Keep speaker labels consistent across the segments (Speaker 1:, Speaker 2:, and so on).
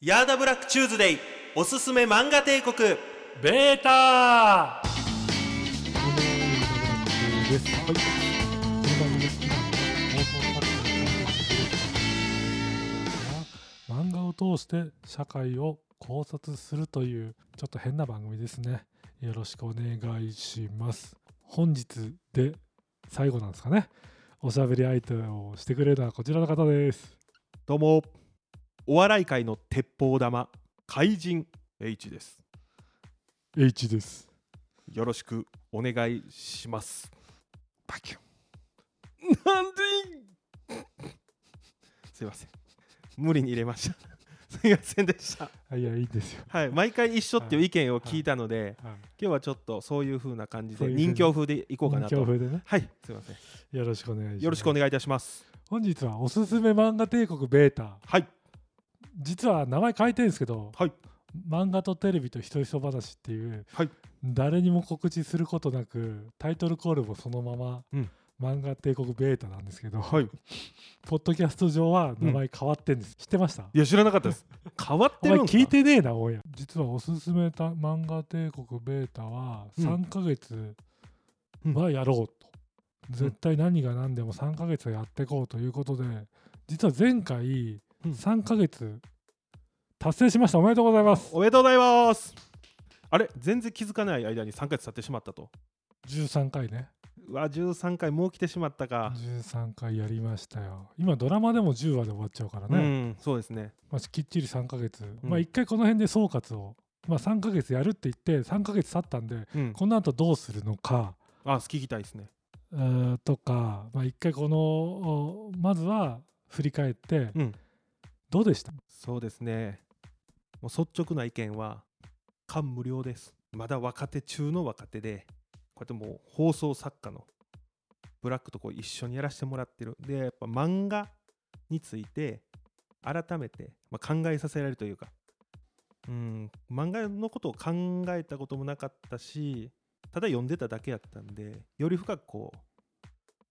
Speaker 1: ヤーダブラックチューズデイおすすめ漫画帝国
Speaker 2: ベータ
Speaker 3: です。はい。この番組は放送作家の放送作家の漫画を通して社会を考察するというちょっと変な番組ですね。よろしくお願いします。本日で最後なんですかね。おしゃべり相手をしてくれるのはこちらの方です。
Speaker 4: どうもお笑い界の鉄砲玉怪人 H です
Speaker 3: H です。
Speaker 4: よろしくお願いします
Speaker 3: バキュン。
Speaker 4: なんですいません無理に入れました すいませんでした
Speaker 3: あいや、いいんですよ。
Speaker 4: はい毎回一緒っていう意見を聞いたので、
Speaker 3: はい
Speaker 4: 今日はちょっとそういう風な感じ
Speaker 3: そう
Speaker 4: で
Speaker 3: いう風に
Speaker 4: 人形風でいこうかな
Speaker 3: 人
Speaker 4: と
Speaker 3: 形風でね。
Speaker 4: はいすいません
Speaker 3: よろしくお願いします。
Speaker 4: よろしくお願いいたします
Speaker 3: 本日はおすすめ漫画帝国ベータ。
Speaker 4: はい
Speaker 3: 実は名前変えてるんですけど、
Speaker 4: はい
Speaker 3: 漫画とテレビとひとりそ話っていう、
Speaker 4: はい
Speaker 3: 誰にも告知することなくタイトルコールもそのまま、
Speaker 4: うん
Speaker 3: 漫画帝国ベータなんですけど、
Speaker 4: はい
Speaker 3: ポッドキャスト上は名前変わってんです、知ってました
Speaker 4: いや知らなかったです変わっ
Speaker 3: お
Speaker 4: て
Speaker 3: 前
Speaker 4: るんすか
Speaker 3: 聞いてねえなおや実はおすすめた漫画帝国ベータは
Speaker 4: うん
Speaker 3: 3ヶ月はやろうと、絶対何が何でも3ヶ月はやっていこうということで実は前回
Speaker 4: うん
Speaker 3: 3ヶ月達成しましたおめでとうございます
Speaker 4: おめでとうございますあれ全然気づかない間に3ヶ月経ってしまったと
Speaker 3: 13回ね
Speaker 4: うわ13回もう来てしまったか、
Speaker 3: 13回やりましたよ今ドラマでも10話で終わっちゃうから
Speaker 4: う
Speaker 3: ね、
Speaker 4: んそうですね
Speaker 3: まあ、きっちり3ヶ月、
Speaker 4: うん
Speaker 3: まあ一回この辺で総括を、まあ、3ヶ月やるって言って3ヶ月経ったんで
Speaker 4: うん
Speaker 3: この後どうするのか
Speaker 4: あ聞きたいですね
Speaker 3: うーとか、まあ、一回このおまずは振り返って
Speaker 4: うん
Speaker 3: どうでした
Speaker 4: そうですねもう率直な意見は感無量ですまだ若手中の若手でこうやってもう放送作家のブラックとこう一緒にやらせてもらってるでやっぱ漫画について改めて、まあ、考えさせられるというかうん漫画のことを考えたこともなかったしただ読んでただけやったんでより深くこ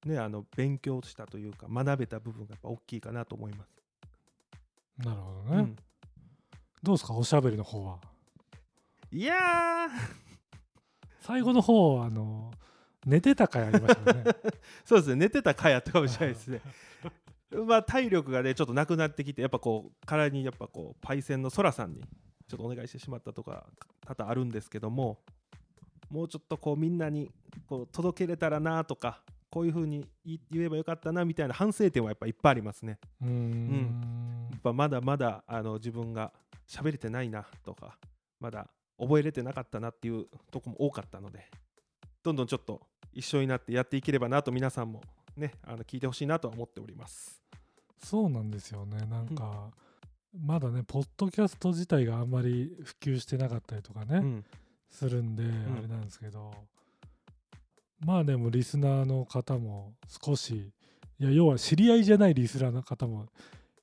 Speaker 4: うねあの勉強したというか学べた部分がやっぱ大きいかなと思います。
Speaker 3: なるほどね、
Speaker 4: うん
Speaker 3: どうですかおしゃべりの方はい
Speaker 4: やー、
Speaker 3: 最後の方はあの寝てた回ありました よね
Speaker 4: そうですね、寝てたかやったかもしれないですね。まあ、体力がね、ちょっとなくなってきて、やっぱこう、体にやっぱこう、パイセンのソラさんに、ちょっとお願いしてしまったとか、多々あるんですけども、もうちょっとこう、みんなにこう届けれたらなとか、こういうふうに言言えばよかったなみたいな反省点はやっぱいっぱいありますね。
Speaker 3: うーん
Speaker 4: やっぱまだまだあの自分が喋れてないなとか、まだ覚えれてなかったなっていうとこも多かったので、どんどんちょっと一緒になってやっていければなと皆さんもね、あの聞いてほしいなとは思っております。
Speaker 3: そうなんですよねなんか、まだねポッドキャスト自体があんまり普及してなかったりとかね、
Speaker 4: うん、
Speaker 3: するんで、
Speaker 4: ん
Speaker 3: あれなんですけどまあでもリスナーの方も少しいや要は知り合いじゃないリスナーの方も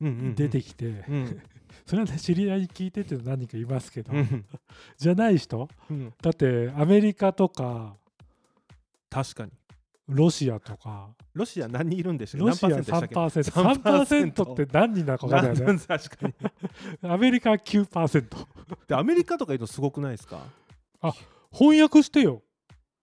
Speaker 4: うんうんうん
Speaker 3: 出てきて、
Speaker 4: うん
Speaker 3: それはね知り合いに聞いてっていうのは何人かいますけど、
Speaker 4: うん
Speaker 3: じゃない人
Speaker 4: うん
Speaker 3: だってアメリカとか
Speaker 4: 確かに。
Speaker 3: ロシアとか
Speaker 4: ロシア何人いるんでしたっけ
Speaker 3: ロシア
Speaker 4: 何パーセントでしたっけ
Speaker 3: 3%3% って何人なのか分かんないよね
Speaker 4: なん 確かに。
Speaker 3: アメリカ9%
Speaker 4: で、アメリカとかいるのすごくないですか
Speaker 3: 翻訳してよ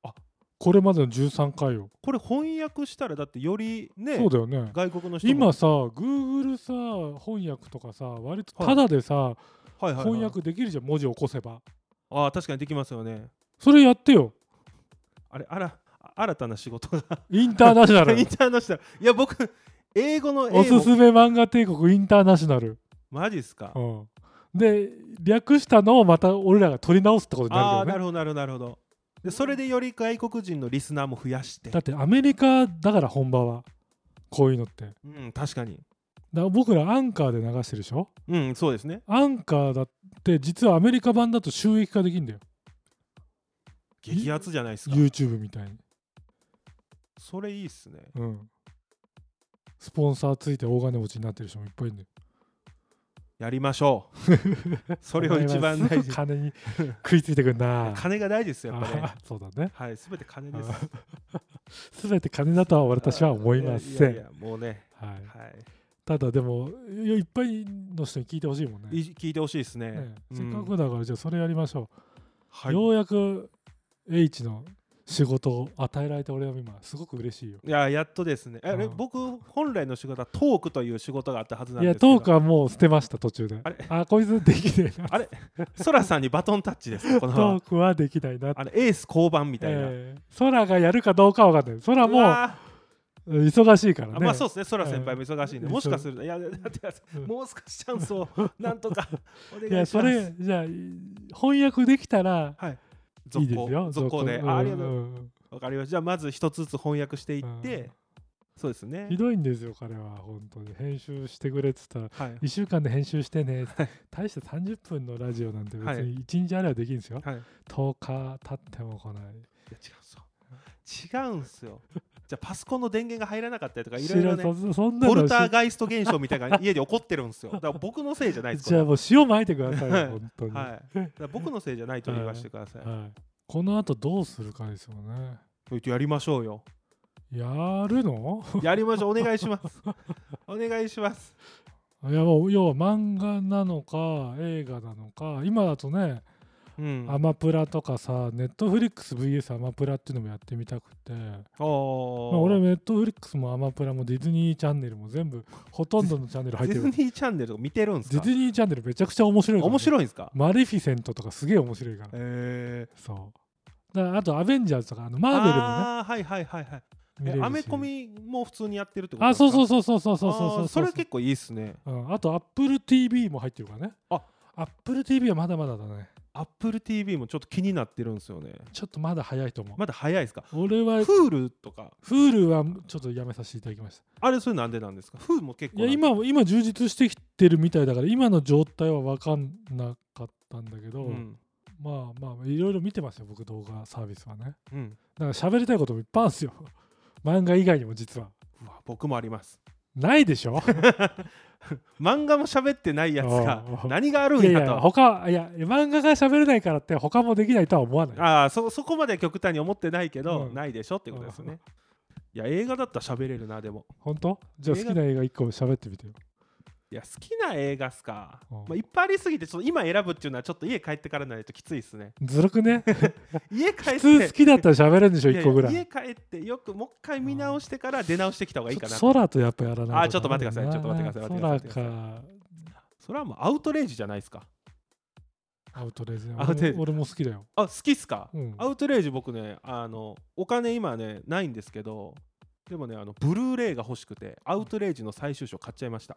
Speaker 4: あ
Speaker 3: これまでの13回を、
Speaker 4: これ翻訳したらだってよりね、
Speaker 3: そうだよね
Speaker 4: 外国の人も
Speaker 3: 今さ Google さ翻訳とかさ割とタダでさ、
Speaker 4: はいはいはい
Speaker 3: 翻訳できるじゃん文字起こせば
Speaker 4: ああ確かにできますよね。
Speaker 3: それやって よ
Speaker 4: あれあら新たな仕事が
Speaker 3: インターナショナ
Speaker 4: イン
Speaker 3: ル
Speaker 4: ターナショナル。いや、僕、英語の英語
Speaker 3: おすすめ漫画帝国インターナショナル、
Speaker 4: マジっすか。
Speaker 3: うん、で略したのをまた俺らが取り直すってことに
Speaker 4: あ
Speaker 3: な
Speaker 4: あ、
Speaker 3: るよ
Speaker 4: なるほど、な
Speaker 3: ね
Speaker 4: るほど、なるほど。で、それでより外国人のリスナーも増やして
Speaker 3: だ。ってアメリカだから本場はこういうのってだか
Speaker 4: うん、確かに。
Speaker 3: ら僕らアンカーで流してるでしょ
Speaker 4: うん、そうですね。
Speaker 3: アンカーだって実はアメリカ版だと収益化できるんだよ
Speaker 4: 激アツじゃないですか。
Speaker 3: YouTube みたいに、
Speaker 4: それいいっすね。
Speaker 3: うん、スポンサーついて大金持ちになってる人もいっぱいいるんだよ
Speaker 4: やりましょ う。それを一番大事
Speaker 3: お。前はすぐ金に食いついてくんな
Speaker 4: 金が大事ですよ、やっぱね
Speaker 3: あ。そうだね
Speaker 4: はい、すべて金です。
Speaker 3: 全て金だとは私は思いま
Speaker 4: いや
Speaker 3: せ
Speaker 4: いやい
Speaker 3: ん
Speaker 4: やもうね。
Speaker 3: はい
Speaker 4: はい。
Speaker 3: ただでもいやいっぱいの人に聞いてほしいもんね
Speaker 4: い聞いてほしいですね
Speaker 3: ね
Speaker 4: うん
Speaker 3: せっかくだからじゃあそれやりましょう、
Speaker 4: はい、
Speaker 3: ようやく H の仕事を与えられて俺は今すごく嬉しいよ
Speaker 4: いややっとですねあれ、
Speaker 3: うん
Speaker 4: 僕本来の仕事はトークという仕事があったはずなんで
Speaker 3: いや
Speaker 4: すけど
Speaker 3: トークはもう捨てました途中で
Speaker 4: あれ
Speaker 3: あこいつできないな
Speaker 4: あれソラさんにバトンタッチですかこの
Speaker 3: トークはできないな
Speaker 4: あのエース交番みたいな、
Speaker 3: ええ空がやるかどうかは分かんない空
Speaker 4: う
Speaker 3: も
Speaker 4: わ
Speaker 3: う忙しいから
Speaker 4: ー
Speaker 3: ね
Speaker 4: あまあそうですねソラ先輩も忙しいんで、
Speaker 3: うん
Speaker 4: もしかするといやいやだって
Speaker 3: うん
Speaker 4: もう少しチャンスをなんとかお願いします
Speaker 3: いやそれじゃあい翻訳できたら
Speaker 4: はい
Speaker 3: い
Speaker 4: 続
Speaker 3: いですよ
Speaker 4: 行続行で、
Speaker 3: うん
Speaker 4: あありがとう
Speaker 3: うん
Speaker 4: わかりましたじゃあまず一つずつ翻訳していって、
Speaker 3: うん
Speaker 4: そうですね
Speaker 3: ひどいんですよ彼は本当に編集してくれっつったら
Speaker 4: はい
Speaker 3: 1週間で編集してね大して30分のラジオなんて別
Speaker 4: はい
Speaker 3: に1日あればできるんですよ、
Speaker 4: はいいや違うん
Speaker 3: 10日経っても来ない
Speaker 4: ですよ違うんですよじゃあパソコンの電源が入らなかったりとかい
Speaker 3: 知
Speaker 4: ろい
Speaker 3: ら
Speaker 4: ろ
Speaker 3: んそ
Speaker 4: ね
Speaker 3: んそんな
Speaker 4: ポ
Speaker 3: の
Speaker 4: ルターガイスト現象みたいなのが家で起こってるんですよだから僕のせいじゃないです
Speaker 3: じゃあもう塩まいてくださいよ
Speaker 4: はい
Speaker 3: 本当に、
Speaker 4: はい、だから僕のせいじゃないと言わせてください。
Speaker 3: はいこの後どうするかですよね
Speaker 4: こいつやりましょ うよ。
Speaker 3: やるの
Speaker 4: やりましょう。お願いします。お願いします。
Speaker 3: いやもう要は漫画なのか映画なのか今だとね、
Speaker 4: うん。
Speaker 3: アマプラとかさネットフリックス VS アマプラっていうのもやってみたくて、まあ、俺
Speaker 4: 俺
Speaker 3: ネットフリックスもアマプラもディズニーチャンネルも全部ほとんどのチャンネル入っ
Speaker 4: デ
Speaker 3: て
Speaker 4: ィ
Speaker 3: る
Speaker 4: ズニーチャンネルとか見てるんです
Speaker 3: ディ
Speaker 4: か
Speaker 3: ズニーチャンネルめちゃくちゃ面白いからね
Speaker 4: 面白いんですか
Speaker 3: マレフィセントとかすげえ面白いから、
Speaker 4: え
Speaker 3: そうだからあとアベンジャーズとかあの
Speaker 4: ー。
Speaker 3: マーベルもね
Speaker 4: あーはいはいはいはい
Speaker 3: 見れ
Speaker 4: え
Speaker 3: るし
Speaker 4: アメコミも普通にやってるってこと
Speaker 3: あそうそううそうそうそうそうそうそう
Speaker 4: それ結構いいっすね。
Speaker 3: うん、あと AppleTV も入ってるからね
Speaker 4: あ
Speaker 3: AppleTV はまだまだだね
Speaker 4: Apple TV もちょっと気になってるんですよね。
Speaker 3: ちょっとまだ早いと思う、
Speaker 4: まだ早いですか
Speaker 3: 俺は
Speaker 4: ?Hulu とか。
Speaker 3: Hulu はちょっとやめさせていただきまし
Speaker 4: あれそれなんでなんですか ?Hulu も結
Speaker 3: たい
Speaker 4: 構な
Speaker 3: や
Speaker 4: んか。
Speaker 3: 今今充実してきてるみたいだから今の状態は分かんなかったんだけど、
Speaker 4: うん。
Speaker 3: まあまあいろいろ見てますよ僕動画サービスはね
Speaker 4: うん。
Speaker 3: だから喋りたいこともいっぱいあるんですよ 漫画以外にも実は
Speaker 4: うわ僕もあります。
Speaker 3: ないでしょ
Speaker 4: 漫画も喋ってないやつが
Speaker 3: おうおう
Speaker 4: 何があるん
Speaker 3: いやい
Speaker 4: や
Speaker 3: や
Speaker 4: と
Speaker 3: 他いや漫画が喋れないからって他もできないとは思わない
Speaker 4: ああそそこまで極端に思ってないけど、
Speaker 3: うん
Speaker 4: ないでしょってことですねいや映画だったら喋れるなでも
Speaker 3: 本当じゃあ好
Speaker 4: 映画
Speaker 3: きな映画1個喋ってみてよ
Speaker 4: いや好きな映画っすか、
Speaker 3: うん
Speaker 4: まあ、いっぱいありすぎてちょっと今選ぶっていうのはちょっと家帰ってからないときついです ね
Speaker 3: ずる くね
Speaker 4: 家帰って
Speaker 3: 普通好きだったら喋れるんでしょ
Speaker 4: いや
Speaker 3: 1個ぐらい
Speaker 4: いや家帰ってよくもう一回見直してから出直してきた方がいいかな
Speaker 3: ちょっと空とやっぱやらない
Speaker 4: あちょっと待ってくださいちょっと待ってください
Speaker 3: 空
Speaker 4: 待ってください
Speaker 3: か
Speaker 4: それはもうアウトレイジじゃないですか
Speaker 3: アウトレイジ
Speaker 4: アウトレイジ
Speaker 3: 俺も俺も好きだよ、
Speaker 4: あ好きっすか、
Speaker 3: うん、
Speaker 4: アウトレイジ僕ねあのお金今ねないんですけどでもねあのブルーレイが欲しくてアウトレイジの最終章買っちゃいました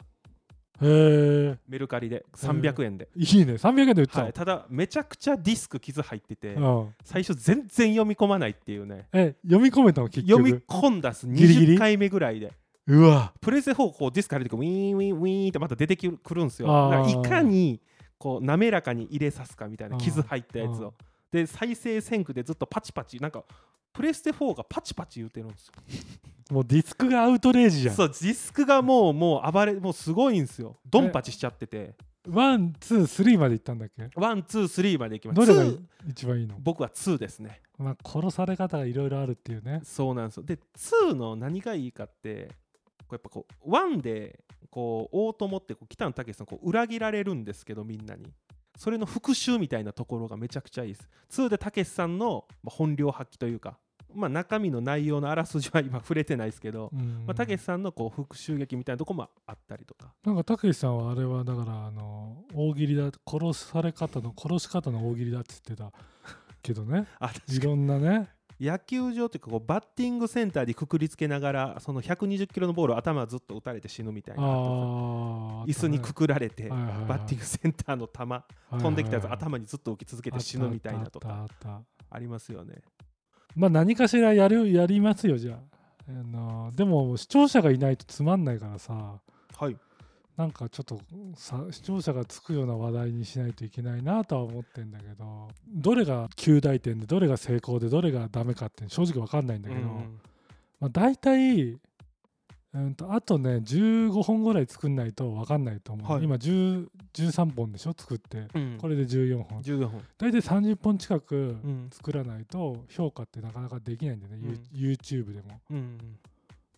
Speaker 3: へえ
Speaker 4: メルカリで300円で、
Speaker 3: いいね300円で売ってたの、
Speaker 4: はい、ただめちゃくちゃディスク傷入ってて、
Speaker 3: うん、
Speaker 4: 最初全然読み込まないっていうね
Speaker 3: え読み込めたの結
Speaker 4: 読
Speaker 3: 局
Speaker 4: み込んだっす
Speaker 3: ギリギリ
Speaker 4: 20回目ぐらいで
Speaker 3: うわ
Speaker 4: プレゼ方向ディスク入れてウィーンウィーンウィーンってまた出てくるんですよ
Speaker 3: あ
Speaker 4: だ
Speaker 3: ー
Speaker 4: からいかにこう滑らかに入れさすかみたいな
Speaker 3: うん
Speaker 4: 傷入ったやつをで再生線区でずっとパチパチなんかプレステ4がパチパチ言うてるんですよ
Speaker 3: もうディスクがアウトレイジじゃん
Speaker 4: そうディスクがもうもう暴れもうすごいんですよドンパチしちゃってて
Speaker 3: ワンツースリーまで行ったんだっけ
Speaker 4: ワンツースリーまでいきま
Speaker 3: ど
Speaker 4: す
Speaker 3: れが
Speaker 4: ツー
Speaker 3: 一番いいの、
Speaker 4: 僕は2ですね
Speaker 3: まあ、殺され方がいろいろあるっていうね
Speaker 4: そうなんですよで2の何がいいかってこうやっぱこう1でこう大友ってこう北野武さんこう裏切られるんですけどみんなにそれの復讐みたいなところがめちゃくちゃいいです2で武さんのまあ本領発揮というかまあ中身の内容のあらすじは今触れてないですけど、
Speaker 3: うん
Speaker 4: まあ、武さんのこう復讐劇みたいなとこもあったりとか
Speaker 3: なんかたけしさんはあれはだからあの大喜利だ殺され方の殺し方の大喜利だって言ってたけどね
Speaker 4: あ 確かに
Speaker 3: いろんなね
Speaker 4: 野球場というかこうバッティングセンターにくくりつけながらその120キロのボールを頭ずっと打たれて死ぬみたいな
Speaker 3: あ
Speaker 4: 椅子にくくられて
Speaker 3: はいはいはい
Speaker 4: バッティングセンターの球飛んできたやつ頭にずっと浮き続けて死ぬみたいなとか
Speaker 3: あったあったあった
Speaker 4: ありますよね
Speaker 3: まあ何かしらやるやりますよじゃああのでも視聴者がいないとつまんないからさ
Speaker 4: はい
Speaker 3: なんかちょっとさ視聴者がつくような話題にしないといけないなとは思ってんだけどどれが旧大点でどれが成功でどれがダメかって正直わかんないんだけど、
Speaker 4: うん
Speaker 3: まあ、大体、うん、とあとね15本ぐらい作んないと分かんないと思う、
Speaker 4: はい
Speaker 3: 今10 13本でしょ作って
Speaker 4: うん
Speaker 3: これで14本
Speaker 4: 14本
Speaker 3: 大体30本近く
Speaker 4: うん
Speaker 3: 作らないと評価ってなかなかできないんだよね、
Speaker 4: うん
Speaker 3: You- YouTube でも
Speaker 4: うん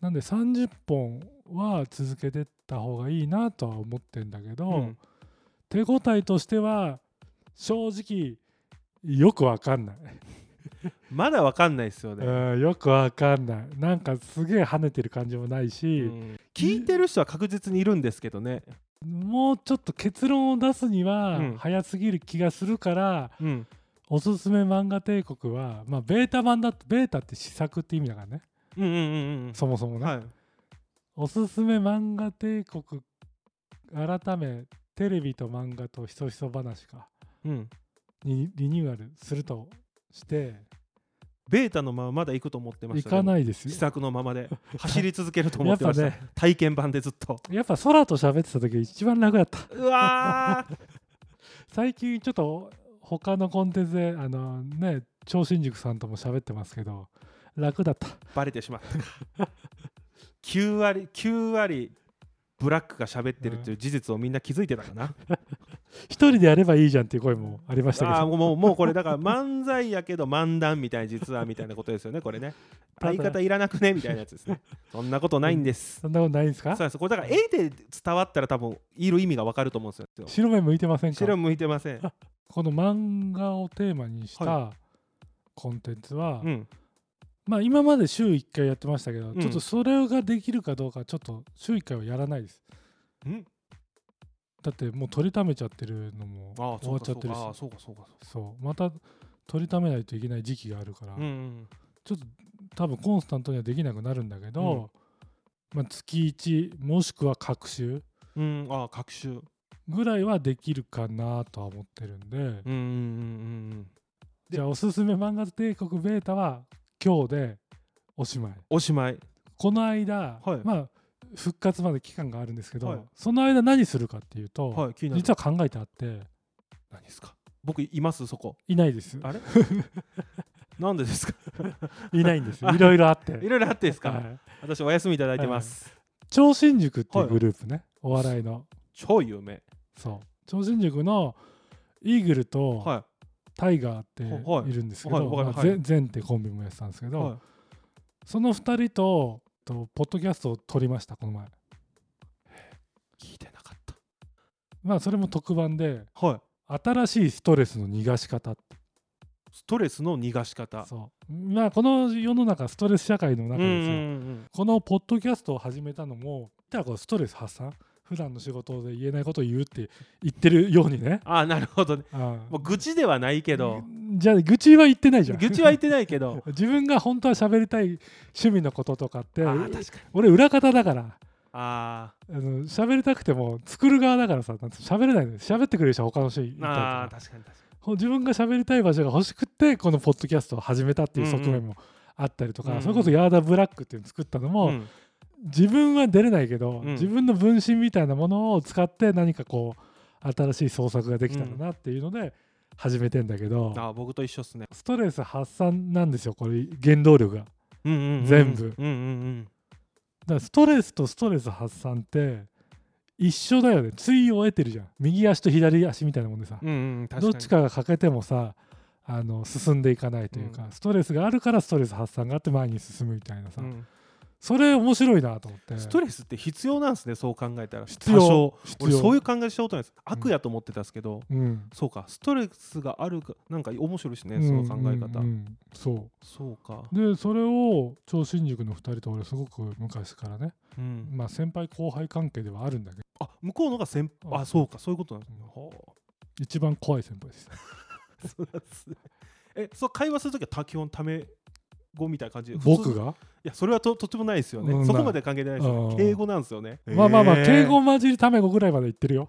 Speaker 3: なんで30本は続けてった方がいいなとは思ってんだけど、
Speaker 4: うん
Speaker 3: 手応えとしては正直よくわかんない、
Speaker 4: まだわかんないですよ
Speaker 3: う
Speaker 4: ね、
Speaker 3: ん、よくわかんないなんかすげえ跳ねてる感じもないし、
Speaker 4: うん聞いてる人は確実にいるんですけどね、
Speaker 3: もうちょっと結論を出すには
Speaker 4: うん
Speaker 3: 早すぎる気がするから、
Speaker 4: うん、
Speaker 3: おすすめ漫画帝国はまあベータ版だってベータって試作って意味だからね
Speaker 4: うんうんうん
Speaker 3: そもそも
Speaker 4: うん
Speaker 3: ね、
Speaker 4: はい
Speaker 3: おすすめ漫画帝国改めテレビと漫画とひそひそ話か
Speaker 4: うん
Speaker 3: にリニューアルするとして
Speaker 4: ベータのまままだ行くと思ってまし
Speaker 3: 行
Speaker 4: た
Speaker 3: かないです
Speaker 4: 試
Speaker 3: よ
Speaker 4: 作のままで走り続けると思
Speaker 3: や
Speaker 4: っ
Speaker 3: って
Speaker 4: ま
Speaker 3: ぱ
Speaker 4: した、
Speaker 3: ね
Speaker 4: 体験版でずっと
Speaker 3: やっぱ空と喋ってた時が一番楽だった
Speaker 4: うわー
Speaker 3: 最近ちょっと他のコンテンツであのね超新塾さんとも喋ってますけど楽だった
Speaker 4: バレてしまったか9割9割ブラックが喋ってるっていう事実をみんな気づいてたかな、
Speaker 3: 一人でやればいいじゃんっていう声もありましたけ
Speaker 4: あー
Speaker 3: ど
Speaker 4: もうもうもうこれだから漫才やけど漫談みたい実はみたいなことですよねこれね
Speaker 3: ただ
Speaker 4: 相方いらなくねみたいなやつですねそんなことないんです、
Speaker 3: そんなことないんですか
Speaker 4: そうですこれだから絵で伝わったら多分いる意味がわかると思うんですよ
Speaker 3: 白目向いてませんか
Speaker 4: 白向いてません、
Speaker 3: この漫画をテーマにした
Speaker 4: は
Speaker 3: コンテンツは、
Speaker 4: うん、
Speaker 3: まあ今まで週1回やってましたけど、
Speaker 4: ん
Speaker 3: ちょっとそれができるかどうかちょっと週1回はやらないです
Speaker 4: うん
Speaker 3: だってもう取りためちゃってるのも
Speaker 4: ああ
Speaker 3: 終
Speaker 4: そ
Speaker 3: わ
Speaker 4: う
Speaker 3: っ
Speaker 4: か
Speaker 3: ち
Speaker 4: そ
Speaker 3: ゃっ
Speaker 4: うか
Speaker 3: てるし
Speaker 4: ああそうかそうか
Speaker 3: そうまた取りためないといけない時期があるから、
Speaker 4: うんうん
Speaker 3: ちょっと多分コンスタントにはできなくなるんだけど、まあ、月1もしくは各週
Speaker 4: うん、ああ、隔週。うん
Speaker 3: ぐらいはできるかなとは思ってるんで、
Speaker 4: うんうんうん。
Speaker 3: じゃあおすすめ漫画帝国ベータは今日でおしまい
Speaker 4: おしまい。
Speaker 3: この間、
Speaker 4: はい
Speaker 3: まあ復活まで期間があるんですけど、
Speaker 4: はい
Speaker 3: その間何するかっていうと、
Speaker 4: はい、気になる。
Speaker 3: 実は考えてあって
Speaker 4: 何ですか僕いますそこ。
Speaker 3: いないです
Speaker 4: あれなんでですか
Speaker 3: い ないんですよ
Speaker 4: あ
Speaker 3: いろいろあって
Speaker 4: いろいろあってですか、
Speaker 3: はい
Speaker 4: 私お休みいただいてます。
Speaker 3: 超新塾っていうグループね、お笑いの
Speaker 4: 超有名。
Speaker 3: そう超新塾のイーグルと、
Speaker 4: は
Speaker 3: タイガーって
Speaker 4: はい
Speaker 3: いるんですけ
Speaker 4: はい
Speaker 3: ど、
Speaker 4: わかり
Speaker 3: ま
Speaker 4: ま
Speaker 3: あ
Speaker 4: す
Speaker 3: ゼゼンってコンビもやってたんですけ
Speaker 4: い。
Speaker 3: ど、
Speaker 4: は
Speaker 3: その2人ととポッドキャストを撮りましたこの前
Speaker 4: い。聞いてなかっ
Speaker 3: まあそれも特番で
Speaker 4: た。はい。
Speaker 3: 新しいストレスの逃がし方って
Speaker 4: ストレスの逃がし方。
Speaker 3: そうまあこの世の中ストレス社会の
Speaker 4: うん
Speaker 3: 中
Speaker 4: う
Speaker 3: ですよ、
Speaker 4: ん
Speaker 3: このポッドキャストを始めたのも言ったらこうストレス発散普段の仕事で言えないことを言うって言ってるようにね
Speaker 4: ああ、なるほどね。
Speaker 3: ああ
Speaker 4: もう愚痴ではないけど、
Speaker 3: じゃあ愚痴は言ってないじゃん。
Speaker 4: 愚痴は言ってないけど
Speaker 3: 自分が本当は喋りたい趣味のこととかって
Speaker 4: ああ、確かに。
Speaker 3: 俺裏方だから
Speaker 4: あ
Speaker 3: あの喋りたくても作る側だからさなんて喋れないのよ喋ってくれる人は他の人いたり
Speaker 4: ー
Speaker 3: と
Speaker 4: あー、
Speaker 3: か
Speaker 4: 確かに確かに。
Speaker 3: ほ自分が喋りたい場所が欲しくってこのポッドキャストを始めたっていう側面もあったりとか、
Speaker 4: うんうん
Speaker 3: それこそヤーダブラックっていうの作ったのも、
Speaker 4: うん
Speaker 3: 自分は出れないけど、
Speaker 4: うん
Speaker 3: 自分の分身みたいなものを使って何かこう新しい創作ができたらなっていうので始めてんだけど、
Speaker 4: ああ、僕と一緒っすね。
Speaker 3: ストレス発散なんですよこれ原動力が。だか
Speaker 4: うんうんうん
Speaker 3: 全部
Speaker 4: うんうんうん。
Speaker 3: らストレスとストレス発散って一緒だよね対を得てるじゃん右足と左足みたいなもんでさ、
Speaker 4: うんうん、確か
Speaker 3: どっ
Speaker 4: に
Speaker 3: ちかが欠けてもさあの進んでいかないというか、
Speaker 4: うん
Speaker 3: ストレスがあるからストレス発散があって前に進むみたいなさ、
Speaker 4: うん
Speaker 3: それ面白いなと思って
Speaker 4: ストレスって必要なんですねそう考えたら
Speaker 3: 必要
Speaker 4: 多少
Speaker 3: 必要
Speaker 4: 俺そういう考えしたことないです悪やと思ってたんですけど、
Speaker 3: うん
Speaker 4: そうかストレスがあるかなんか面白いですね、
Speaker 3: うん
Speaker 4: その考え方、
Speaker 3: うんうんそ
Speaker 4: そうか
Speaker 3: うでそれを超新塾の2人と俺すごく昔からね、
Speaker 4: うん
Speaker 3: まあ先輩後輩関係ではあるんだけど
Speaker 4: あ向こうのが先
Speaker 3: あ
Speaker 4: あそうかそういうことなんですね
Speaker 3: うん
Speaker 4: は
Speaker 3: 一番怖い先輩です
Speaker 4: あそうなんですねえそう会話するときはた基本ため語みたいな感じで普
Speaker 3: 僕
Speaker 4: 通
Speaker 3: が
Speaker 4: いやそれはととてもないですよね、
Speaker 3: うん
Speaker 4: そこまで関係ないですよ
Speaker 3: う
Speaker 4: ね
Speaker 3: ん
Speaker 4: 敬語なんですよね
Speaker 3: まあまあまあ
Speaker 4: へー
Speaker 3: 敬語混じりタメ語ぐらいまで言ってるよ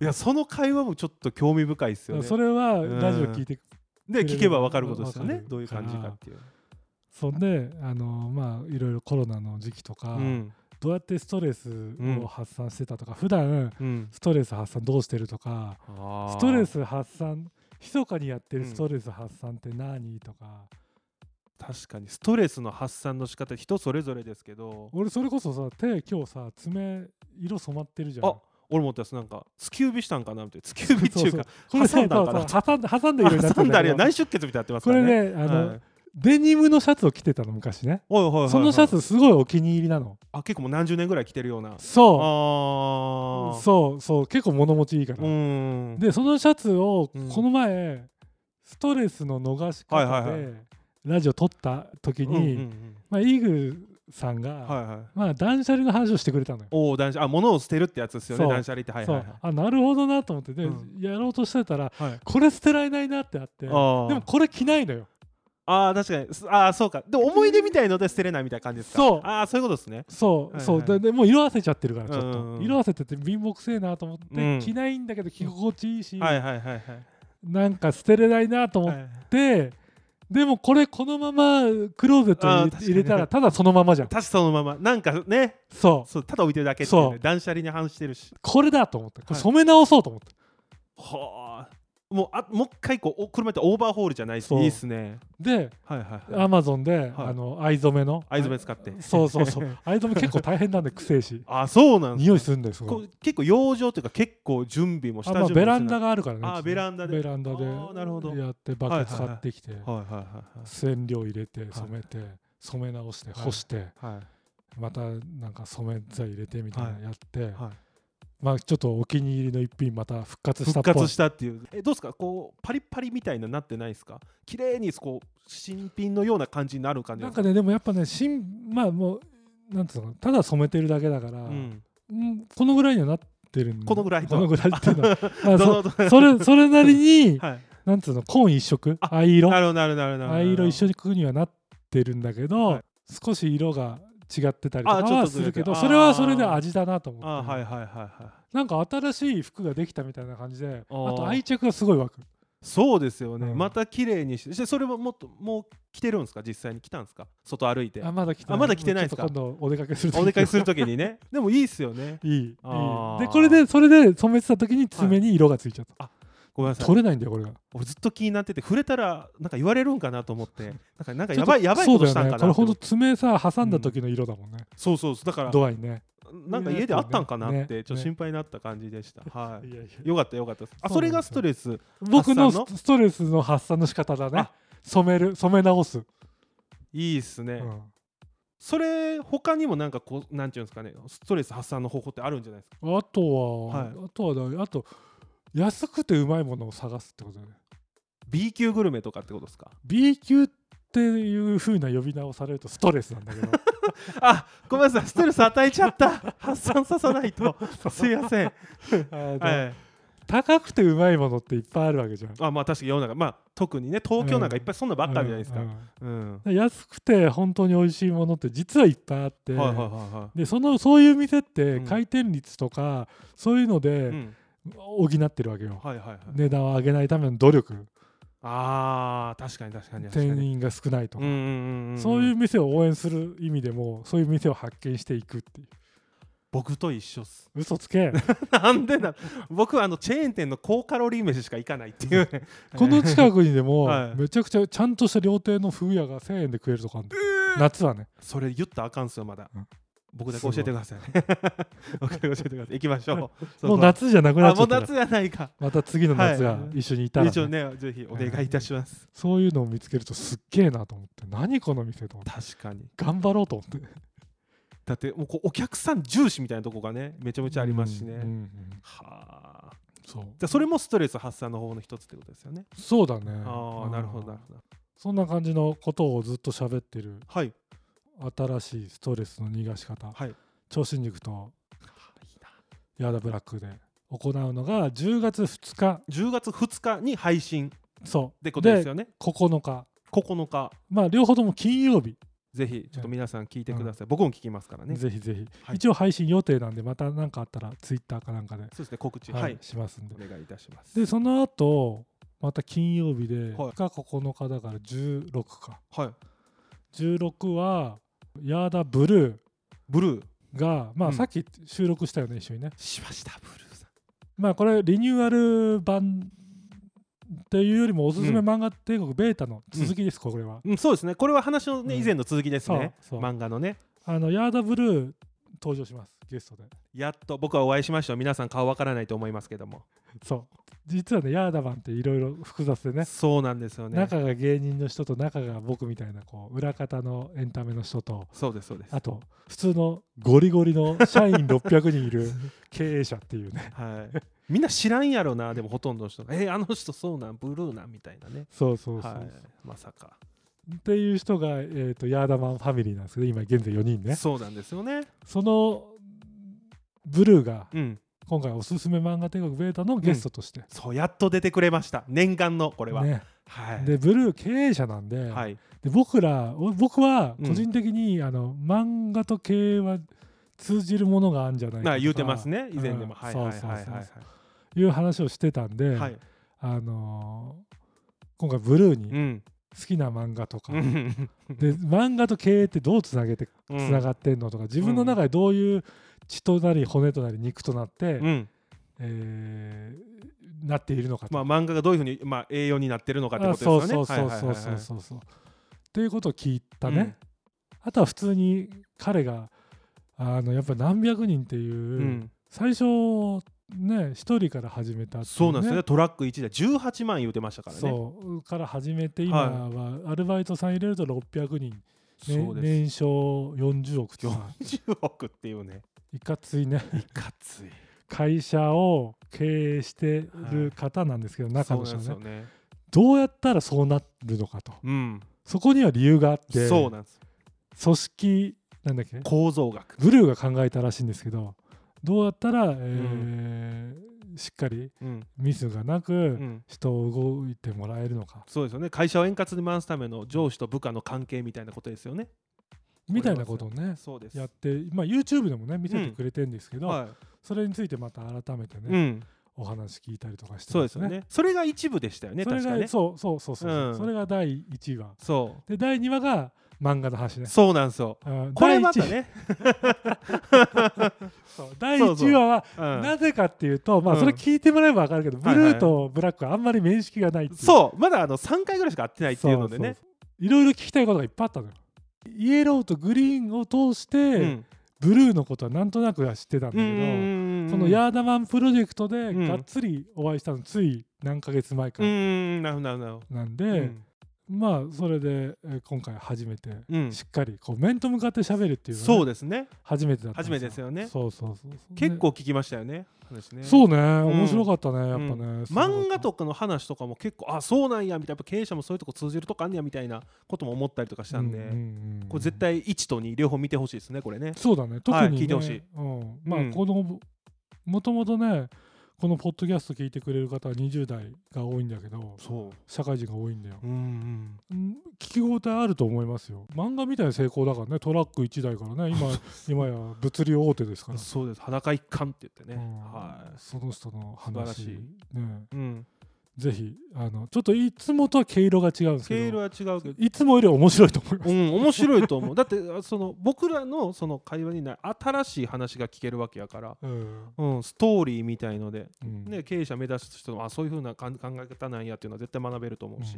Speaker 4: いやその会話もちょっと興味深いですよね
Speaker 3: それはラジオ聞いて
Speaker 4: で聞けば分かることですよ
Speaker 3: わ
Speaker 4: ね
Speaker 3: かる
Speaker 4: どういう感じかっていう、
Speaker 3: そんであのまあいろいろコロナの時期とか、
Speaker 4: うん
Speaker 3: どうやってストレスを発散してたとか、普段
Speaker 4: うん、
Speaker 3: ストレス発散どうしてるとか
Speaker 4: ス
Speaker 3: ストレス発散密かにやってるストレス発散って何、とか
Speaker 4: 確かにストレスの発散の仕方人それぞれですけど
Speaker 3: 俺それこそさ手今日さ爪色染まってるじゃん
Speaker 4: あ俺もですなんか突き指したんかなみたいな突き指っていうか
Speaker 3: これ
Speaker 4: 挟んだん
Speaker 3: そ
Speaker 4: か
Speaker 3: う
Speaker 4: な
Speaker 3: そう挟んだ挟んだ色になって
Speaker 4: 挟んだ
Speaker 3: だ
Speaker 4: り
Speaker 3: け
Speaker 4: は
Speaker 3: ど
Speaker 4: 内出血みたいになってます
Speaker 3: こ
Speaker 4: から
Speaker 3: れ
Speaker 4: ね
Speaker 3: ねあの、
Speaker 4: はい
Speaker 3: デニムのシャツを着てたの昔ね
Speaker 4: おいはいはいはい
Speaker 3: そのシャツすごいお気に入りなの
Speaker 4: あ結構もう何十年ぐらい着てるような
Speaker 3: そ
Speaker 4: あ
Speaker 3: うそうそう結構物持ちいいか
Speaker 4: うう
Speaker 3: ら
Speaker 4: ん
Speaker 3: でそのシャツを
Speaker 4: うん
Speaker 3: この前ストレスの逃し
Speaker 4: は
Speaker 3: 方
Speaker 4: いはい
Speaker 3: でラジオ撮った時
Speaker 4: うんうんう
Speaker 3: に
Speaker 4: ん
Speaker 3: まあイーグさ
Speaker 4: は
Speaker 3: んが
Speaker 4: いはい
Speaker 3: まあ断捨離の話をしてくれたのよ
Speaker 4: おお断捨あ物を捨てるってやつですよね
Speaker 3: そう
Speaker 4: 断捨離ってはい
Speaker 3: そ
Speaker 4: はいう
Speaker 3: あなるほどなと思ってで
Speaker 4: うん
Speaker 3: やろうとしてたら
Speaker 4: はい、はい、
Speaker 3: これ捨てられないなってあってでも
Speaker 4: あー
Speaker 3: これ着ないのよ
Speaker 4: あー確かにすあーそうかでも思い出みたいので捨てれないみたいな感じですか
Speaker 3: そう
Speaker 4: ああそういうことですね
Speaker 3: そ
Speaker 4: は
Speaker 3: う
Speaker 4: い
Speaker 3: そう
Speaker 4: はい
Speaker 3: ででもう色あせちゃってるからちょっ
Speaker 4: うんうんう
Speaker 3: と
Speaker 4: ん
Speaker 3: 色あせてて貧乏くせえなと思っ
Speaker 4: う
Speaker 3: て
Speaker 4: ん
Speaker 3: 着ないんだけど着心地いいし
Speaker 4: はいはいはいはい
Speaker 3: なんか捨てれないなと思
Speaker 4: は
Speaker 3: っ
Speaker 4: い
Speaker 3: てでもこれこのままクローゼット
Speaker 4: あー
Speaker 3: に
Speaker 4: 確かに
Speaker 3: 入れたらただそのままじゃん
Speaker 4: 確かそのままなんかね
Speaker 3: そう
Speaker 4: そうただ置いてるだけっていうね、
Speaker 3: そう
Speaker 4: 断捨離に反してるし
Speaker 3: これだと思ってこれ
Speaker 4: はい
Speaker 3: 染め直そうと思って
Speaker 4: はあもうあもう一回こうお車ってオーバーホールじゃないです
Speaker 3: そう
Speaker 4: いいっすね
Speaker 3: で
Speaker 4: はいはいはい
Speaker 3: アマゾンであの藍染めの
Speaker 4: 藍染め使って
Speaker 3: そうそうそう 藍染め結構大変なんでくせえし
Speaker 4: あそうなんです
Speaker 3: 匂いするんですご
Speaker 4: こ
Speaker 3: いう
Speaker 4: 結構養生というか結構準備も下
Speaker 3: あ、まあ、
Speaker 4: 準
Speaker 3: ベ
Speaker 4: 備も
Speaker 3: ラ
Speaker 4: し
Speaker 3: ン
Speaker 4: な
Speaker 3: ダ
Speaker 4: い
Speaker 3: があるからね
Speaker 4: あ
Speaker 3: うち
Speaker 4: ベランダで
Speaker 3: ベランダで
Speaker 4: あーなるほど
Speaker 3: やってバケツ買ってきて
Speaker 4: はいはいはい
Speaker 3: 染料入れて染めて染め直して
Speaker 4: はい
Speaker 3: 干して
Speaker 4: はいはい
Speaker 3: またなんか染め剤入れてみたいなのやって
Speaker 4: はい
Speaker 3: まあちょっとお気に入りの一品また復活した
Speaker 4: 復
Speaker 3: っぽい
Speaker 4: 活したっていうえどうですかこうパリパリみたいななってないですか綺麗にこう新品のような感じになる感じ
Speaker 3: なん
Speaker 4: です
Speaker 3: かねでもやっぱね新まあもうなんつうのただ染めてるだけだから、
Speaker 4: うん
Speaker 3: うんこのぐらいにはなってるん
Speaker 4: このぐらいと
Speaker 3: このぐらいっていうのは ま
Speaker 4: ど
Speaker 3: あそ
Speaker 4: のどの
Speaker 3: それそれなりに、
Speaker 4: はい
Speaker 3: なんつうの紺一色
Speaker 4: あ
Speaker 3: 藍色
Speaker 4: なるほどなるほどなるほど
Speaker 3: 藍色一緒にくにはなってるんだけど、
Speaker 4: はい
Speaker 3: 少し色が違ってたりとか
Speaker 4: あちょっ
Speaker 3: は
Speaker 4: と
Speaker 3: す
Speaker 4: ずれて
Speaker 3: るけど
Speaker 4: あー
Speaker 3: それはそれで味だなと思って
Speaker 4: あはいはいはいはい
Speaker 3: なんか新しい服ができたみたいな感じであ
Speaker 4: ー
Speaker 3: と愛着がすごい湧く
Speaker 4: そうですよね、
Speaker 3: うん
Speaker 4: また綺麗にしてしてそれももっともう着てるんですか実際に来たんですか外歩いて
Speaker 3: あまだ着てない
Speaker 4: あまだ着てないですか
Speaker 3: ちょっと今度お出かけする時
Speaker 4: お出かけするときにね でもいいですよね
Speaker 3: いいいい
Speaker 4: あー
Speaker 3: でこれでそれで染めてた時に爪に色がついちゃった、
Speaker 4: ごめんなさい
Speaker 3: 取れないんだよこれが
Speaker 4: 俺ずっと気になってて触れたらなんか言われるんかなと思ってなんかなんか
Speaker 3: ちょ
Speaker 4: や
Speaker 3: っと
Speaker 4: ばいやばいことしたんかな
Speaker 3: そうだよねこれほん
Speaker 4: と思
Speaker 3: と
Speaker 4: って
Speaker 3: 爪さ挟んだ時の色だもんね、
Speaker 4: そうそうそうだから
Speaker 3: 度合いね
Speaker 4: なんか家であったんかなっ
Speaker 3: ね
Speaker 4: てちょっと
Speaker 3: ね
Speaker 4: 心配になった感じでした、はい
Speaker 3: いやいや
Speaker 4: よかったよかったですあ
Speaker 3: そ
Speaker 4: そう
Speaker 3: な
Speaker 4: れ
Speaker 3: んですよ
Speaker 4: がストレス
Speaker 3: 僕の
Speaker 4: 発散の
Speaker 3: スストレスの発散の仕方だね
Speaker 4: あ
Speaker 3: 染める染め直す、
Speaker 4: いいっすね、
Speaker 3: うん
Speaker 4: それ他にもなんかこうなんていうんですかねストレス発散の方法ってあるんじゃないですか
Speaker 3: あとは、
Speaker 4: はい
Speaker 3: あとはだあと安くてうまいものを探すってことだね
Speaker 4: B 級グルメとかってことですか
Speaker 3: B 級っていう風な呼び名をされるとストレスなん だけど
Speaker 4: あごめんなさいストレス与えちゃった発散ささないとすいません、
Speaker 3: あの
Speaker 4: はい、
Speaker 3: 高くてうまいものっていっぱいあるわけじゃん
Speaker 4: あまあ確かに世の中まあ特にね東京なんかいっぱいそんなばっかりじゃないですか
Speaker 3: うんうん
Speaker 4: うん、
Speaker 3: で安くて本当に美味しいものって実はいっぱいあって、
Speaker 4: はいはいはいは
Speaker 3: でそのそういう店って
Speaker 4: うん
Speaker 3: 回転率とか、そういうの
Speaker 4: い、
Speaker 3: で
Speaker 4: うん、
Speaker 3: 補ってるわけよ、
Speaker 4: はいはいはい
Speaker 3: 値段を上げないための努力
Speaker 4: あー確かに確かに確か
Speaker 3: 店
Speaker 4: に
Speaker 3: 員が少ないと
Speaker 4: うん
Speaker 3: か、
Speaker 4: うんうんうん
Speaker 3: そういう店を応援する意味でもそういう店を発見していくっていう
Speaker 4: 僕と一緒っす
Speaker 3: 嘘 つけ
Speaker 4: なんでな僕はあのチェーン店の高カロリー飯しか行かないっていう ね
Speaker 3: この近くにでも、
Speaker 4: はい
Speaker 3: めちゃくちゃちゃんとした料亭の風屋が1000円で食えるとかあるんだよ夏はね
Speaker 4: それ言ったらあかんっすよまだ、
Speaker 3: うん
Speaker 4: 僕だけ教えてください 僕だけ教えてください行き ましょうそ
Speaker 3: も
Speaker 4: こ
Speaker 3: う
Speaker 4: は
Speaker 3: 夏じゃなくな
Speaker 4: あ
Speaker 3: っちゃ
Speaker 4: も
Speaker 3: っ
Speaker 4: う
Speaker 3: たから
Speaker 4: 夏やないか
Speaker 3: また次の夏が
Speaker 4: はい
Speaker 3: 一緒にいたら、ね
Speaker 4: 一応ねぜひお願いいたします、
Speaker 3: そういうのを見つけるとすっげえなと思って何この店と思って
Speaker 4: 確かに
Speaker 3: 頑張ろうと思って
Speaker 4: だってもうこうお客さん重視みたいなとこがねめちゃめちゃありますしね、
Speaker 3: うんうんうん
Speaker 4: はあ
Speaker 3: そう
Speaker 4: じゃあそれもストレス発散の方法の一つってことですよね、
Speaker 3: そうだね
Speaker 4: あ
Speaker 3: う
Speaker 4: あ
Speaker 3: ん
Speaker 4: なるほどなるほど
Speaker 3: そんな感じのことをずっと喋ってる
Speaker 4: はい
Speaker 3: 新しいストレスの逃がし方
Speaker 4: はい
Speaker 3: 超新塾とヤーダブラックで行うのが10月2日
Speaker 4: 10月2日に配信
Speaker 3: そ
Speaker 4: って
Speaker 3: う
Speaker 4: ことですよね
Speaker 3: 9日
Speaker 4: 9日
Speaker 3: まあ両方とも金曜日、
Speaker 4: ぜひちょっと皆さん聞いてください、僕も聞きますからねそ
Speaker 3: ぜひぜひ、
Speaker 4: はい
Speaker 3: 一応配信予定なんでまた何かあったらツイッターかなんかで、
Speaker 4: うですね告知
Speaker 3: はい
Speaker 4: はい、
Speaker 3: しますんで
Speaker 4: お願いいたします
Speaker 3: でその後また金曜日
Speaker 4: は
Speaker 3: で
Speaker 4: い
Speaker 3: 2日9日だから16か
Speaker 4: はい
Speaker 3: 16はヤーダブル
Speaker 4: ブルー
Speaker 3: ーがま
Speaker 4: う
Speaker 3: あ
Speaker 4: ん
Speaker 3: さっき収録したよね一緒にね
Speaker 4: しましたブルーさん
Speaker 3: まあこれリニューアル版っていうよりもおすすめ
Speaker 4: うん
Speaker 3: 漫画帝国ベータの続きです、これは
Speaker 4: うんそうですねこれは話のね、
Speaker 3: うん
Speaker 4: 以前の続きですね
Speaker 3: そうそう
Speaker 4: 漫画のね
Speaker 3: あのヤーダブルー登場しますゲストで
Speaker 4: やっと僕はお会いしました皆さん顔わからないと思いますけども、
Speaker 3: そう実はねヤーダバンっていろいろ複雑でね
Speaker 4: そうなんですよね
Speaker 3: 中が芸人の人と中が僕みたいなこう裏方のエンタメの人と
Speaker 4: そうですそうです
Speaker 3: あと普通のゴリゴリの社員600人いる経営者っていう ね
Speaker 4: はい、みんな知らんやろなでもほとんどの人が「えあの人そうなんブルーなん」みたいなね
Speaker 3: そうそうそうそう、
Speaker 4: はい、まさか、
Speaker 3: っていう人が、えー、とヤーダマンファミリーなんですけど今現在4人ね
Speaker 4: そうなんですよね
Speaker 3: そのブルーが
Speaker 4: うん
Speaker 3: 今回おすすめ漫画帝国ベータのゲストとして、
Speaker 4: そうやっと出てくれました念願のこれは、
Speaker 3: ね、
Speaker 4: はい
Speaker 3: でブルー経営者なんで,、
Speaker 4: はい、
Speaker 3: で僕らお僕は
Speaker 4: うん
Speaker 3: 個人的に、あの漫画と経営は通じるものがあるんじゃないかと
Speaker 4: な
Speaker 3: か
Speaker 4: 言うてますね以前で
Speaker 3: うん
Speaker 4: も、はいはい
Speaker 3: そ
Speaker 4: は
Speaker 3: う
Speaker 4: い
Speaker 3: そう
Speaker 4: はい
Speaker 3: そう
Speaker 4: は
Speaker 3: いう話をしてたんで、
Speaker 4: いはい
Speaker 3: あのー今回ブルー
Speaker 4: う
Speaker 3: に
Speaker 4: ん
Speaker 3: 好きな漫画とか、
Speaker 4: うん
Speaker 3: で漫画と経営ってどうつなげて
Speaker 4: う
Speaker 3: つ
Speaker 4: ん
Speaker 3: ながってんのとか自分の中でどういう血となり骨となり肉となって、
Speaker 4: うん
Speaker 3: えーなっているのかと
Speaker 4: ま
Speaker 3: か、
Speaker 4: あ漫画がどういうふうに、まあ、栄養になってるのかってことです
Speaker 3: そ
Speaker 4: よ
Speaker 3: う
Speaker 4: ね
Speaker 3: そうそう
Speaker 4: はいはい
Speaker 3: そう
Speaker 4: はい
Speaker 3: そ
Speaker 4: は
Speaker 3: う
Speaker 4: い
Speaker 3: そうそう。っていうことを聞いたね、あとは普通に彼があのやっぱり何百人っていう、
Speaker 4: うんうん
Speaker 3: 最初ね一人から始めたってい
Speaker 4: そうなんですよねトラック1で18万言うてましたからね
Speaker 3: そうから始めて今はアルバイトさん入れると600人、ね
Speaker 4: そうです
Speaker 3: 年商40億ってさ
Speaker 4: 40億っていうね
Speaker 3: いかついね
Speaker 4: いかつい
Speaker 3: 会社を経営してる方なんですけど、中
Speaker 4: そう
Speaker 3: の
Speaker 4: なん
Speaker 3: 人
Speaker 4: です
Speaker 3: ね
Speaker 4: よね
Speaker 3: どうやったらそうなるのかと
Speaker 4: うん
Speaker 3: そこには理由があって
Speaker 4: そうなんです
Speaker 3: 組織なんだっけ
Speaker 4: 構造学
Speaker 3: ブルーが考えたらしいんですけどどうやったら、えーしっかり
Speaker 4: うん
Speaker 3: ミスがなく、
Speaker 4: うん
Speaker 3: 人を動いてもらえるのか
Speaker 4: そうですよね会社を円滑に回すための上司と部下の関係みたいなことですよね
Speaker 3: みたいなことをね
Speaker 4: そうです
Speaker 3: やって、まあ、YouTube でもね見せてくれてるんですけど、
Speaker 4: は
Speaker 3: それについてまた改めてね
Speaker 4: い、、うん
Speaker 3: お話聞いたりとかして
Speaker 4: そう
Speaker 3: ま
Speaker 4: ですすよねそれが一部でしたよね
Speaker 3: それ
Speaker 4: 確
Speaker 3: が、
Speaker 4: かね
Speaker 3: そうそうそうそう、
Speaker 4: うん
Speaker 3: それが第1話
Speaker 4: そ
Speaker 3: で第2話が漫画の話
Speaker 4: う
Speaker 3: ね
Speaker 4: そうなんですよ
Speaker 3: あ
Speaker 4: これまた
Speaker 3: 第一
Speaker 4: ね、
Speaker 3: そう第1話は
Speaker 4: うん
Speaker 3: なぜかっていうと、まあ
Speaker 4: うん
Speaker 3: それ聞いてもらえば分かるけど、
Speaker 4: はい
Speaker 3: ブ
Speaker 4: はい
Speaker 3: ルーとブラックはあんまり面識がないっていう
Speaker 4: そうまだあの3回ぐらいしか会ってないっていうのでね
Speaker 3: そいろいろ聞きたいことがいっぱいあったのよイエローとグリーンを通して、
Speaker 4: うん
Speaker 3: ブルーのことはなんとなくは知ってたんだ
Speaker 4: う
Speaker 3: けど、
Speaker 4: んうんうん
Speaker 3: このヤーダマンプロジェクトで
Speaker 4: ん
Speaker 3: がっつりお会いしたのつい何ヶ月前か
Speaker 4: うんうんなるほどなるほど
Speaker 3: なんで、
Speaker 4: うん
Speaker 3: まあそれでえー今回初めて
Speaker 4: うん
Speaker 3: しっかりこう面と向かって喋るっていうの
Speaker 4: そう
Speaker 3: ね
Speaker 4: ですね
Speaker 3: 初めてだったん
Speaker 4: 初めてですよね
Speaker 3: そうそうそうそう
Speaker 4: 結構聞きましたよね話ね
Speaker 3: ねそうね面白かったね、やっぱね
Speaker 4: う、
Speaker 3: すごかった
Speaker 4: 漫画とかの話とかも結構あそうなんやみたいなやっぱ経営者もそういうとこ通じるとこあんねやみたいなことも思ったりとかしたんで、
Speaker 3: ううんうん
Speaker 4: これ絶対1と2両方見てほしいですねこれね
Speaker 3: そうだね特に、ね
Speaker 4: 聞いてほしい
Speaker 3: うん、まあ
Speaker 4: うん
Speaker 3: このもともとねこのポッドキャスト聞いてくれる方は20代が多いんだけど
Speaker 4: そ
Speaker 3: 社会人が多いんだよ
Speaker 4: う、うん
Speaker 3: うん聞き応えあると思いますよ漫画みたいな成功だからねトラック1台からね 今今や物流大手ですか
Speaker 4: うん、
Speaker 3: ら、
Speaker 4: そうです裸一貫って言ってね、
Speaker 3: うん
Speaker 4: は
Speaker 3: その人の
Speaker 4: 素晴ら
Speaker 3: 話
Speaker 4: しい
Speaker 3: ね
Speaker 4: い、うん、
Speaker 3: ぜひあのちょっといつもとは毛色が違うんです
Speaker 4: 経
Speaker 3: け
Speaker 4: 路
Speaker 3: ど
Speaker 4: は違うけど
Speaker 3: いつもより面白いと思います、
Speaker 4: うん、面白いと思うだってあその僕らのその会話にない新しい話が聞けるわけやから、
Speaker 3: うん
Speaker 4: うん、ストーリーみたいので、
Speaker 3: うん
Speaker 4: ね、経営者目指す人もあそういうふうな考考え方なんやっていうのは絶対学べると思うし、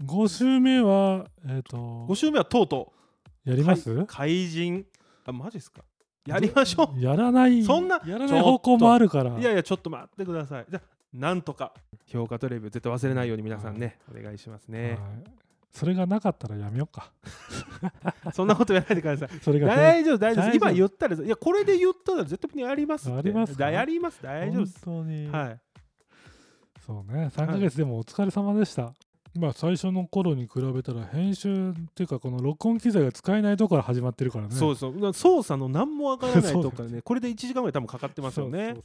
Speaker 3: うん、5週目はえっ、と
Speaker 4: 5週目はとうと
Speaker 3: や
Speaker 4: う
Speaker 3: ります、
Speaker 4: かい怪人あマジっすかやりましょ
Speaker 3: やらない
Speaker 4: そんな
Speaker 3: やらない方向もあるから
Speaker 4: ういやいやちょっと待ってくださいじゃあなんとか評価とレビュー絶対忘れないように皆さんね、お願いしますね、
Speaker 3: はいそれがなかったらやめよ うか
Speaker 4: そんなことやらないでく ださい
Speaker 3: それがね
Speaker 4: 大丈夫大丈夫
Speaker 3: 大丈夫
Speaker 4: 今言ったらいやこれで言ったら絶対にやりますって
Speaker 3: ありますか
Speaker 4: だやります大丈夫です
Speaker 3: 本当に、
Speaker 4: はい
Speaker 3: そうね3ヶ月でもお疲れ様でした、まあ最初の頃に比べたら編集っていうかこの録音機材が使えないとこから始まってるからね
Speaker 4: そううそうだから操作の何もわからないと
Speaker 3: そ
Speaker 4: か
Speaker 3: う
Speaker 4: ねこれで1時間ぐらい多分かかってますよね
Speaker 3: そうそう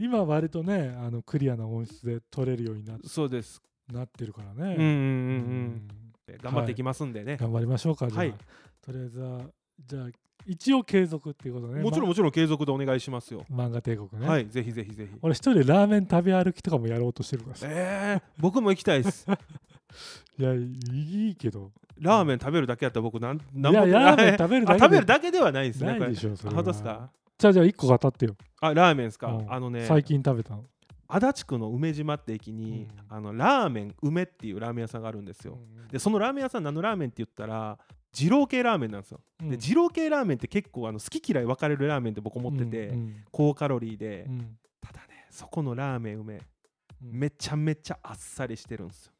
Speaker 3: 今割とねあのクリアな音質で撮れるようにな
Speaker 4: そうです
Speaker 3: なってるから
Speaker 4: うんうん
Speaker 3: ね、
Speaker 4: う
Speaker 3: うん
Speaker 4: うん頑張っていきますんで ね、
Speaker 3: 頑張りましょうかじゃあ、
Speaker 4: はい
Speaker 3: とりあえずはじゃあ一応継続っていうことね
Speaker 4: もちろんもちろん継続でお願いしますよ、
Speaker 3: ま漫画帝国ね、
Speaker 4: はいぜひぜひぜひ
Speaker 3: 俺一人でラーメン食べ歩きとかもやろうとしてるからさ
Speaker 4: えー、僕も行きたいです
Speaker 3: いやいいけど
Speaker 4: ラーメン食べるだけやったら僕なんない
Speaker 3: やラーメン
Speaker 4: 食
Speaker 3: 食べ
Speaker 4: べ
Speaker 3: るだけ
Speaker 4: 食べるだけではないですね
Speaker 3: ないで
Speaker 4: こ
Speaker 3: しょそ
Speaker 4: れ
Speaker 3: れ
Speaker 4: あ
Speaker 3: は
Speaker 4: 本当ですか
Speaker 3: じゃあじゃあ1個が当たってよ、
Speaker 4: あラーメンですか、
Speaker 3: うん
Speaker 4: あのね
Speaker 3: 最近食べたの
Speaker 4: 足立区の梅島って駅に、
Speaker 3: うん
Speaker 4: あのラーメン梅っていうラーメン屋さんがあるんですよ、でそのラーメン屋さん何のラーメンって言ったら二郎系ラーメンなんですよ、
Speaker 3: うん
Speaker 4: で二郎系ラーメンって結構あの好き嫌い分かれるラーメンって僕思ってて、
Speaker 3: うん
Speaker 4: 高カロリーで、
Speaker 3: うんうん
Speaker 4: ただねそこのラーメンうめえ
Speaker 3: うん
Speaker 4: めちゃめちゃあっさりしてるんですよ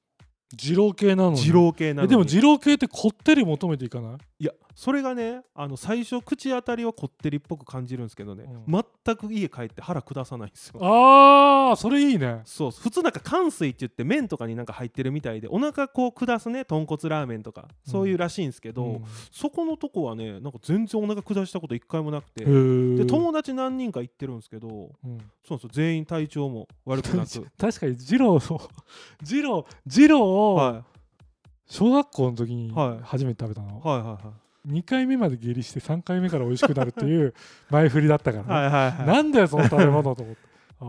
Speaker 3: 二郎系なのに
Speaker 4: 二郎系なの
Speaker 3: え
Speaker 4: に
Speaker 3: でも二郎系ってこってり求めていかない
Speaker 4: いやそれがねあの最初口当たりはこってりっぽく感じるんですけどね、
Speaker 3: う
Speaker 4: 全く家帰って腹下さないんですよ
Speaker 3: あーそれいいね
Speaker 4: そう普通なんか乾水って言って麺とかになんか入ってるみたいでお腹こう下すね豚骨ラーメンとかそういうらしいんですけど、
Speaker 3: うん
Speaker 4: そこのとこはねなんか全然お腹下したこと一回もなくて
Speaker 3: へ
Speaker 4: で
Speaker 3: え
Speaker 4: 友達何人か行ってるんですけどそう
Speaker 3: うん
Speaker 4: なんですよ全員体調も悪くな く
Speaker 3: 確かに二郎を 二郎二郎を
Speaker 4: は
Speaker 3: 小学校の時に
Speaker 4: はい
Speaker 3: 初めて食べたの、
Speaker 4: いはいは
Speaker 3: 2回目まで下痢して3回目から美味しくなるっていう 前振りだったから
Speaker 4: い
Speaker 3: ね、
Speaker 4: はいはいはいはい
Speaker 3: なんだよその食べ物と思って あ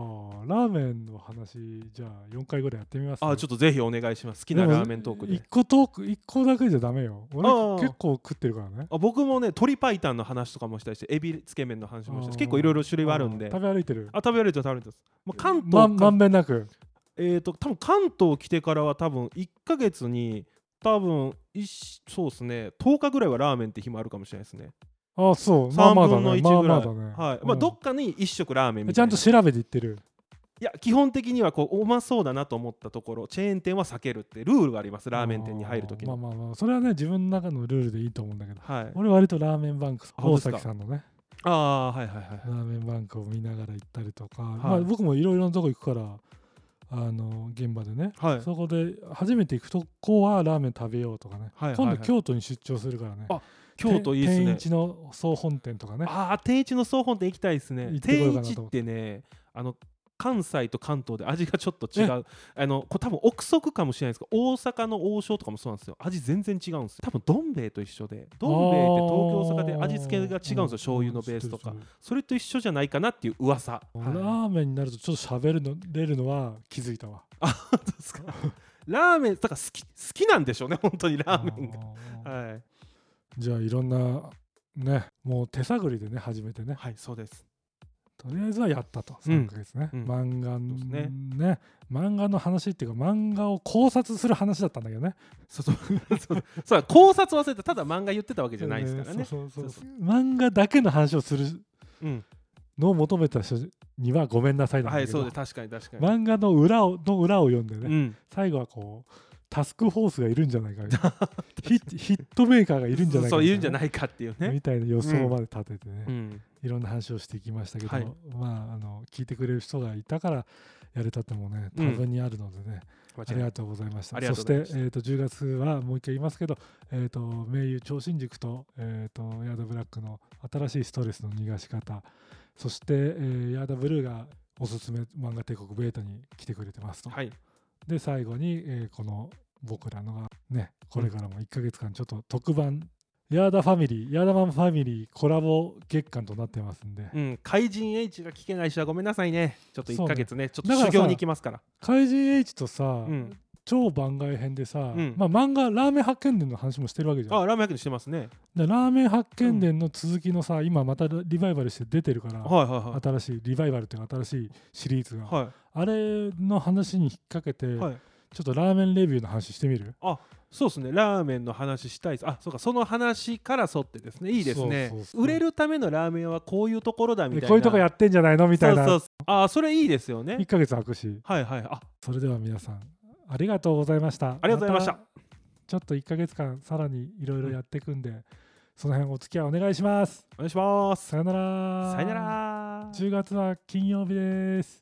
Speaker 3: ーラーメンの話じゃあ4回ぐらいやってみます、
Speaker 4: あちょっ
Speaker 3: っ
Speaker 4: とぜひお願いします好きなラーメントークで
Speaker 3: 1個トーク一個だけじゃダメよ
Speaker 4: あ
Speaker 3: 俺
Speaker 4: ー
Speaker 3: 結構食ってるからね
Speaker 4: あ僕もね鶏白湯の話とかもしたいしエビつけ麺の話もしたい
Speaker 3: あー
Speaker 4: し結構いろいろ種類はあるんで
Speaker 3: 食べ歩いてる
Speaker 4: あ食べられてます食べられてます、まあ、関
Speaker 3: ま
Speaker 4: 東か
Speaker 3: まんべんなく
Speaker 4: えー、と多分関東来てからは多分1ヶ月に多分一そうですね10日ぐらいはラーメンって日もあるかもしれないですね
Speaker 3: あそうまあ
Speaker 4: 3
Speaker 3: まあだ
Speaker 4: 分の
Speaker 3: ねまあ
Speaker 4: 1ぐ
Speaker 3: ま
Speaker 4: ら
Speaker 3: あ
Speaker 4: い
Speaker 3: だね
Speaker 4: はいまあ
Speaker 3: うん
Speaker 4: どっかに1食ラーメンみ
Speaker 3: ちゃ
Speaker 4: たい
Speaker 3: ん
Speaker 4: な
Speaker 3: と調べていってる
Speaker 4: いや基本的にはこううまそうだなと思ったところチェーン店は避けるってルールがありますラーメン店に入るとき
Speaker 3: あー
Speaker 4: の、
Speaker 3: まあまあまあそれはね自分の中のルールでいいと思うんだけど
Speaker 4: はい
Speaker 3: 俺割とラーメンバンク
Speaker 4: あ本当
Speaker 3: 大
Speaker 4: ですか
Speaker 3: 崎さんのね
Speaker 4: ああはいはいはいはい
Speaker 3: ラーメンバンクを見ながら行ったりとか、
Speaker 4: い
Speaker 3: まあ、僕もいろいろなとこ行くからあの現場でね、
Speaker 4: はい
Speaker 3: そこで初めて行くとこはラーメン食べようとかね、
Speaker 4: はいはいはい
Speaker 3: 今度京都に出張するからね
Speaker 4: あ京都いいです
Speaker 3: て天
Speaker 4: ね
Speaker 3: 一の総本店とかね
Speaker 4: ああ天一の総本店行きたいですね
Speaker 3: 行ってこよ
Speaker 4: 天
Speaker 3: うかな
Speaker 4: 一
Speaker 3: と思
Speaker 4: っ
Speaker 3: っ
Speaker 4: て
Speaker 3: て
Speaker 4: ねあの関西と関東で味がちょっと違うあのこれ多分憶測かもしれないですけど大阪の王将とかもそうなんですよ味全然違うんですよ多分どん兵衛と一緒でどん兵衛って東京大阪で味付けが違うんですよ醤油のベースとかそれと一緒じゃないかなっていう噂
Speaker 3: ラ
Speaker 4: はい
Speaker 3: ーメンになるとちょっと喋るのれるのは気づいたわ
Speaker 4: そうですかラーメンだから好き好きなんでしょうね 本当にラーメン
Speaker 3: あ
Speaker 4: が
Speaker 3: ー
Speaker 4: はい、
Speaker 3: じゃあいろんなねもう手探りでね始めてね
Speaker 4: はい、そうです
Speaker 3: とりあえずはやったと
Speaker 4: うん
Speaker 3: 3ヶ月ね、
Speaker 4: うん
Speaker 3: 漫画の
Speaker 4: そうで
Speaker 3: ね
Speaker 4: す
Speaker 3: 漫画の話っていうか漫画を考察する話だったんだけどね
Speaker 4: そう そうそうそう考察忘れてただ漫画言ってたわけじゃないですからね
Speaker 3: そうそうそ
Speaker 4: そ
Speaker 3: う漫画だけの話をする
Speaker 4: うん
Speaker 3: のを求めた人にはごめんなさいなん
Speaker 4: は
Speaker 3: だ
Speaker 4: い
Speaker 3: け
Speaker 4: そ
Speaker 3: ど、
Speaker 4: うです確かに確かに、
Speaker 3: 漫画の裏をの裏を読んでね、
Speaker 4: うん
Speaker 3: 最後はこうタスクフォースがいるんじゃないか ヒッヒットメーカーがいるんじゃないか
Speaker 4: そういるんじゃ
Speaker 3: い
Speaker 4: ないかっていう
Speaker 3: かね
Speaker 4: ね
Speaker 3: みたいな予想まで立ててね、
Speaker 4: うん
Speaker 3: いろんな話をしてきましたけど、
Speaker 4: はい
Speaker 3: まああの聞いてくれる人がいたからやれたってもね多
Speaker 4: うん
Speaker 3: 分にあるのでね、
Speaker 4: 間違
Speaker 3: あ
Speaker 4: い
Speaker 3: り
Speaker 4: ない
Speaker 3: がとうございました
Speaker 4: あり
Speaker 3: そ
Speaker 4: がとう
Speaker 3: し
Speaker 4: ござい
Speaker 3: て
Speaker 4: ま、し
Speaker 3: えー、と10月はもう一回言いますけど、えー、と名優超新塾と,、えー、とヤードブラックの新しいストレスの逃がし方そして、えーヤードブルーがおすすめ漫画帝国ベータに来てくれてますと、
Speaker 4: はい
Speaker 3: で最後に、えーこの僕らのがねこれからも1ヶ月間ちょっと特番、ヤーダファミリーヤーダマンファミリーコラボ月間となってますんで、
Speaker 4: うん怪人 H が聞けない人はごめんなさいねちょっと
Speaker 3: そう
Speaker 4: 1ヶ
Speaker 3: ね
Speaker 4: 月ねちょっ
Speaker 3: だ
Speaker 4: と
Speaker 3: からさ
Speaker 4: 修行に行きますから
Speaker 3: 怪人 H とさ、
Speaker 4: うん
Speaker 3: 超番外編でさ、
Speaker 4: うん
Speaker 3: まあ、漫画「ラーメン発見伝」の話もしてるわけじゃん
Speaker 4: あラーメン焼きにしてますね
Speaker 3: でラーメン発見伝の続きのさ、今またリバイバルして出てるから、
Speaker 4: はいは
Speaker 3: 新しいリバイバルっていうか新しいシリーズが、
Speaker 4: いはいは
Speaker 3: あれの話に引っ掛けて、
Speaker 4: いはい
Speaker 3: ちょっとラーメンレビューの話してみる
Speaker 4: そうですねラーメンの話したいですあそうかその話から沿ってですねいいですね
Speaker 3: そうそうそう
Speaker 4: 売れるためのラーメンはこういうところだみたい
Speaker 3: で
Speaker 4: な
Speaker 3: こういうとこやってんじゃないのみたいな
Speaker 4: そうそうそうあそれいいですよ
Speaker 3: 1
Speaker 4: ね
Speaker 3: ヶ月空くし
Speaker 4: はいはいあ
Speaker 3: それでは皆さんありがとうございました
Speaker 4: ありがとうございました
Speaker 3: たちょっと1ヶ月間さらにいろいろやっていくんで、その辺お付き合いお願いします
Speaker 4: お願いします
Speaker 3: さよなら
Speaker 4: さよなら
Speaker 3: 10月は金曜日です